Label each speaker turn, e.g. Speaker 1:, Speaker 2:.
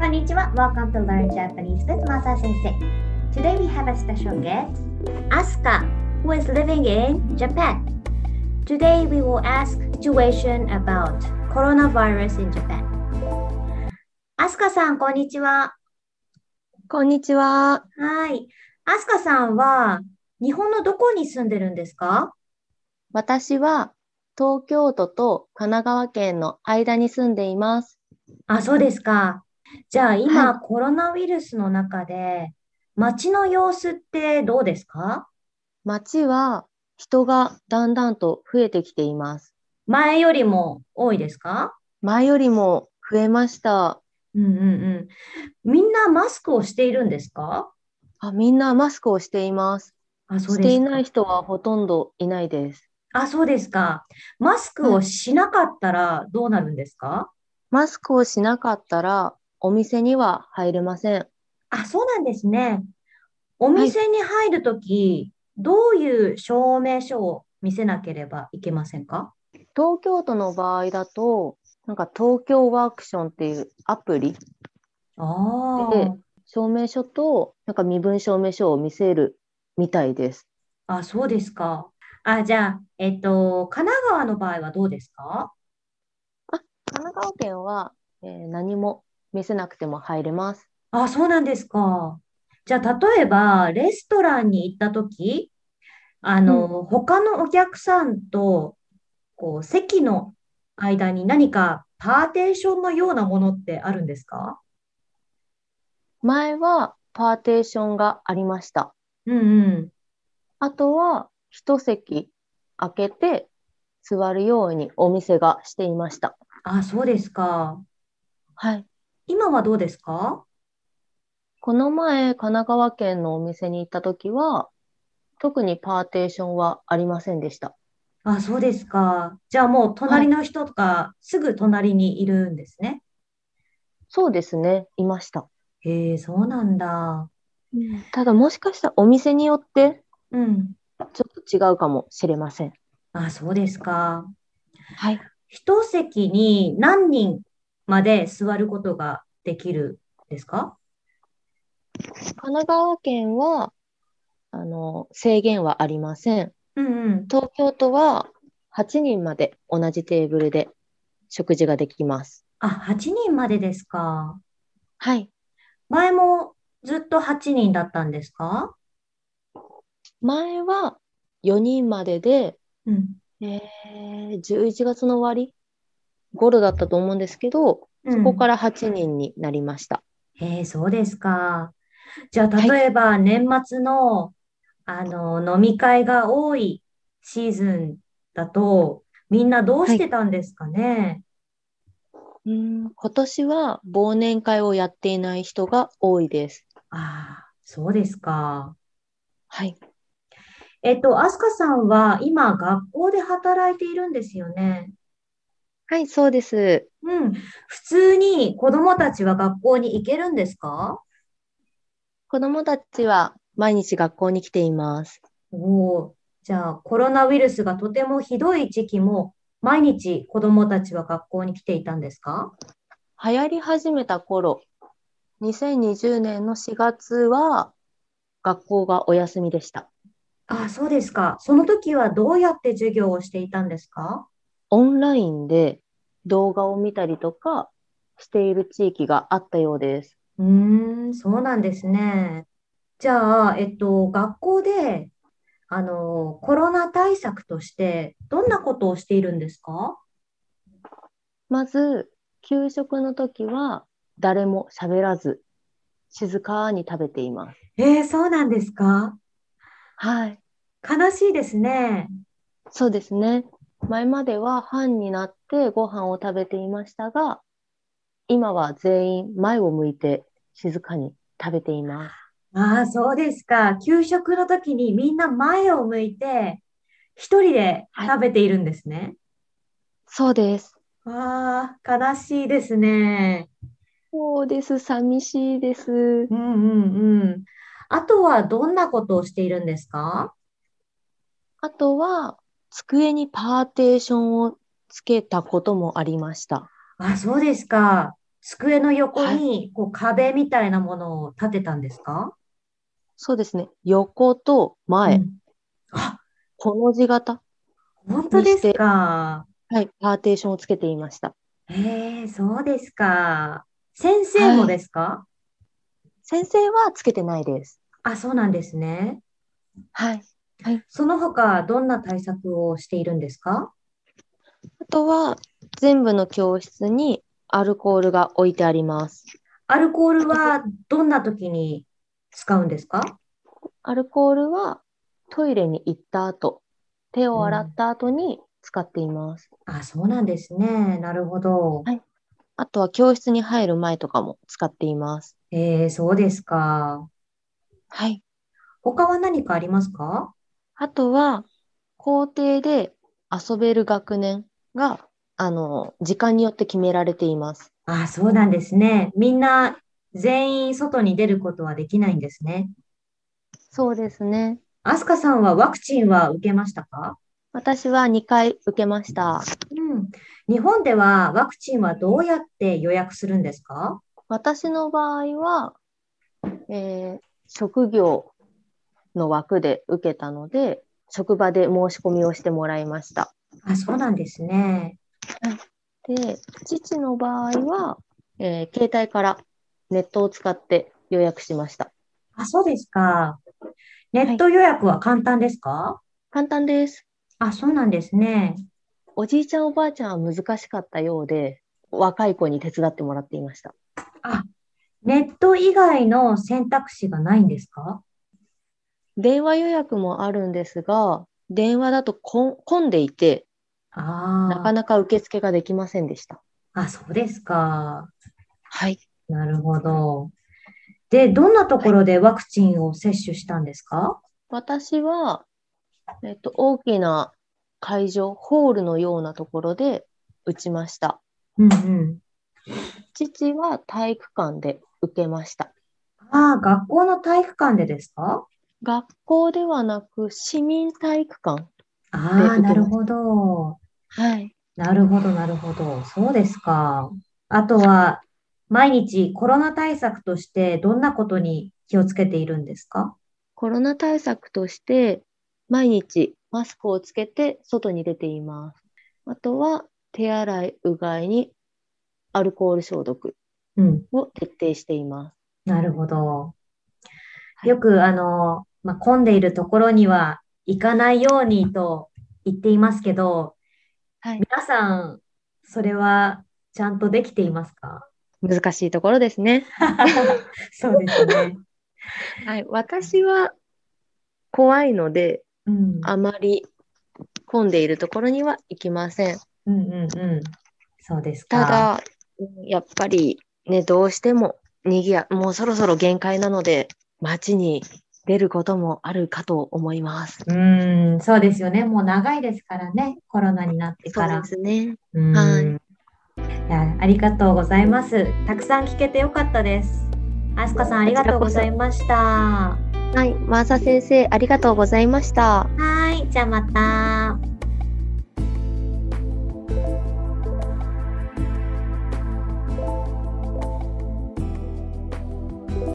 Speaker 1: Konnichiwa. Welcome to Learn Japanese with Masa Sensei. Today we have a special guest, Asuka, who is living in Japan. Today we will ask situation about coronavirus in Japan. Asuka さん、こんにちは。
Speaker 2: こんにちは。
Speaker 1: はい。Asuka さんは日本のどこに住んでるんですか
Speaker 2: 私は東京都と神奈川県の間に住んでいます。
Speaker 1: あ、そうですか。じゃあ今、
Speaker 2: は
Speaker 1: コロナウイルスの中で街の様子ってどうですか
Speaker 2: 街は人がだんだんと増えてきています。
Speaker 1: 前よりも多いですか
Speaker 2: 前よりも増えました。
Speaker 1: うんうんうん。みんなマスクをしているんですか
Speaker 2: あ、みんなマスクをしています。
Speaker 1: あ、そう
Speaker 2: し
Speaker 1: で
Speaker 2: て
Speaker 1: す
Speaker 2: い
Speaker 1: か。
Speaker 2: ない人はほとんどいないです。
Speaker 1: あ、そうですか。マスクをしなかったらどうなるんですか
Speaker 2: マスクをしなかったらお店には入れません。
Speaker 1: あ、そうなんですね。お店に入るとき、どういう証明書を見せなければいけませんか
Speaker 2: 東京都の場合だと、なんか東京ワークションっていうアプリ
Speaker 1: ああ
Speaker 2: で証明書と、なんか身分証明書を見せるみたいです。
Speaker 1: あ、そうですか。あ、じゃあ、えっと、神奈川の場合はどうですか
Speaker 2: 神奈川県は、えー何も見せなくても入れます。
Speaker 1: あ、そうなんですか。じゃあ、例えば、レストランに行ったとき、あの、他のお客さんと、こう、席の間に何かパーテーションのようなものってあるんですか
Speaker 2: 前はパーテーションがありました。
Speaker 1: うんうん。
Speaker 2: あとは一席空けて座るようにお店がしていました。
Speaker 1: あ、そうですか。
Speaker 2: はい。
Speaker 1: 今はどうですか
Speaker 2: この前、神奈川県のお店に行った時は、特にパーテーションはありませんでした。
Speaker 1: あ、そうですか。じゃあ、もう隣の人とか、すぐ隣にいるんですね。
Speaker 2: そうですね、いました。
Speaker 1: へえ、そうなんだ。
Speaker 2: ただもしかしたらお店によって
Speaker 1: うん。
Speaker 2: ちょっと違うかもしれません。
Speaker 1: あ、そうですか。
Speaker 2: はい。
Speaker 1: 一席に何人まで座ることができるんですか
Speaker 2: 神奈川県は、あの、制限はありません。
Speaker 1: うんうん。
Speaker 2: 東京都は8人まで同じテーブルで食事ができます。
Speaker 1: あ、8人までですか。
Speaker 2: はい。
Speaker 1: 前もずっと8人だったんですか
Speaker 2: 前は4人までで、
Speaker 1: うん。
Speaker 2: えー11月の終わり頃だったと思うんですけど、
Speaker 1: うん
Speaker 2: ここから8人になりました。
Speaker 1: へえ、そうですか。じゃあ、
Speaker 2: はい
Speaker 1: 例えば年末の、あの、飲み会が多いシーズンだと、みんなどうしてたんですかね。
Speaker 2: うん今年は忘年会をやっていない人が多いです。
Speaker 1: ああ、そうですか。
Speaker 2: はい。
Speaker 1: えっと、アスカさんは今学校で働いているんですよね。
Speaker 2: はい、そうです。
Speaker 1: うん。普通に子供たちは学校に行けるんですか
Speaker 2: 子供たちは毎日学校に来ています。
Speaker 1: おお。じゃあ、コロナウイルスがとてもひどい時期も、毎日子供たちは学校に来ていたんですか
Speaker 2: 流行り始めた頃、2020年の4月は学校がお休みでした。
Speaker 1: ああ、そうですか。その時はどうやって授業をしていたんですか
Speaker 2: オンラインで動画を見たりとかしている地域があったようです。
Speaker 1: うーん、そうなんですね。じゃあ、えっと、学校で、あの、コロナ対策として、どんなことをしているんですか
Speaker 2: まず、給食の時は誰も喋らず、静かに食べています。
Speaker 1: えー、そうなんですか。
Speaker 2: はい。
Speaker 1: 悲しいですね。
Speaker 2: そうですね。前までは班になってご飯を食べていましたが、今は全員前を向いて静かに食べています。
Speaker 1: ああ、そうですか。給食の時にみんな前を向いて、一人で食べているんですね。
Speaker 2: そうです。
Speaker 1: わあ、悲しいですね。
Speaker 2: そうです。寂しいです。
Speaker 1: うんうんうん。あとはどんなことをしているんですか
Speaker 2: あとは、机にパーテーションをつけたこともありました。
Speaker 1: あ、そうですか。机の横にこう壁みたいなものを立てたんですか
Speaker 2: そうですね。横と前、
Speaker 1: うんあ、
Speaker 2: この字型、
Speaker 1: 本当ですか。
Speaker 2: はい、パーテーションをつけていました。
Speaker 1: ええ、そうですか。先生もですか
Speaker 2: 先生はつけてないです。
Speaker 1: あ、そうなんですね。
Speaker 2: はい。
Speaker 1: その他、どんな対策をしているんですか
Speaker 2: あとは、全部の教室にアルコールが置いてあります。
Speaker 1: アルコールはどんな時に使うんですか
Speaker 2: アルコールはトイレに行った後、手を洗った後に使っています。
Speaker 1: あ、そうなんですね。なるほど。
Speaker 2: あとは教室に入る前とかも使っています。
Speaker 1: ええ、そうですか。
Speaker 2: はい。
Speaker 1: 他は何かありますか
Speaker 2: あとは、校庭で遊べる学年が、あの、時間によって決められています。
Speaker 1: あ、そうなんですね。みんな全員外に出ることはできないんですね。
Speaker 2: そうですね。
Speaker 1: アスカさんはワクチンは受けましたか
Speaker 2: 私は2回受けました。
Speaker 1: うん。日本ではワクチンはどうやって予約するんですか
Speaker 2: 私の場合は、えー職業の枠で受けたので、職場で申し込みをしてもらいました。
Speaker 1: あ、そうなんですね。
Speaker 2: で、父の場合は、えー携帯からネットを使って予約しました。
Speaker 1: あ、そうですか。ネット予約は簡単ですか
Speaker 2: 簡単です。
Speaker 1: あ、そうなんですね。
Speaker 2: おじいちゃんおばあちゃんは難しかったようで、若い子に手伝ってもらっていました。
Speaker 1: ネット以外の選択肢がないんですか
Speaker 2: 電話予約もあるんですが、電話だとこん混んでいて、なか
Speaker 1: あ
Speaker 2: なか受付ができませんでした。
Speaker 1: あ、あ、そうですか。
Speaker 2: はい。
Speaker 1: なるほど。で、どんなところでワクチンを接種したんですか
Speaker 2: 私は、えっと、大きな会場、ホールのようなところで打ちました。
Speaker 1: うんうん。
Speaker 2: 父は体育館で受けました。
Speaker 1: ああ、学校の体育館でですか
Speaker 2: 学校ではなく市民体育館。
Speaker 1: ああ、
Speaker 2: で
Speaker 1: なるほど。
Speaker 2: はい。
Speaker 1: なるほど、なるほど。そうですか。あとは、毎日コロナ対策としてどんなことに気をつけているんですか
Speaker 2: コロナ対策として毎日マスクをつけて外に出ています。あとは手洗い、うがいにアルコール消毒
Speaker 1: うん、
Speaker 2: を徹底しています。
Speaker 1: なるほど。
Speaker 2: はい
Speaker 1: よく、あの、まあ、混んでいるところには行かないようにと言っていますけど、
Speaker 2: はい
Speaker 1: 皆さん、それはちゃんとできています か
Speaker 2: 難しいところですね。
Speaker 1: そうですね。
Speaker 2: はい、私は怖いので、
Speaker 1: うん、
Speaker 2: あまり混んでいるところには行きません。
Speaker 1: うん、うん、うん。そうです
Speaker 2: た
Speaker 1: か。
Speaker 2: だ、うんやっぱりね、どうしてもにぎや、もうそろそろ限界なので、街に出ることもあるかと思います。
Speaker 1: うーん、そうですよね。もう長いですからね。コロナになってから。
Speaker 2: すね。
Speaker 1: うん
Speaker 2: はい
Speaker 1: いや、ありがとうございます。たくさん聞けてよかったです。あすかさん、ありがとうございました。は
Speaker 2: はい、マーサ先生、ありがとうございました。
Speaker 1: い、じゃあまた。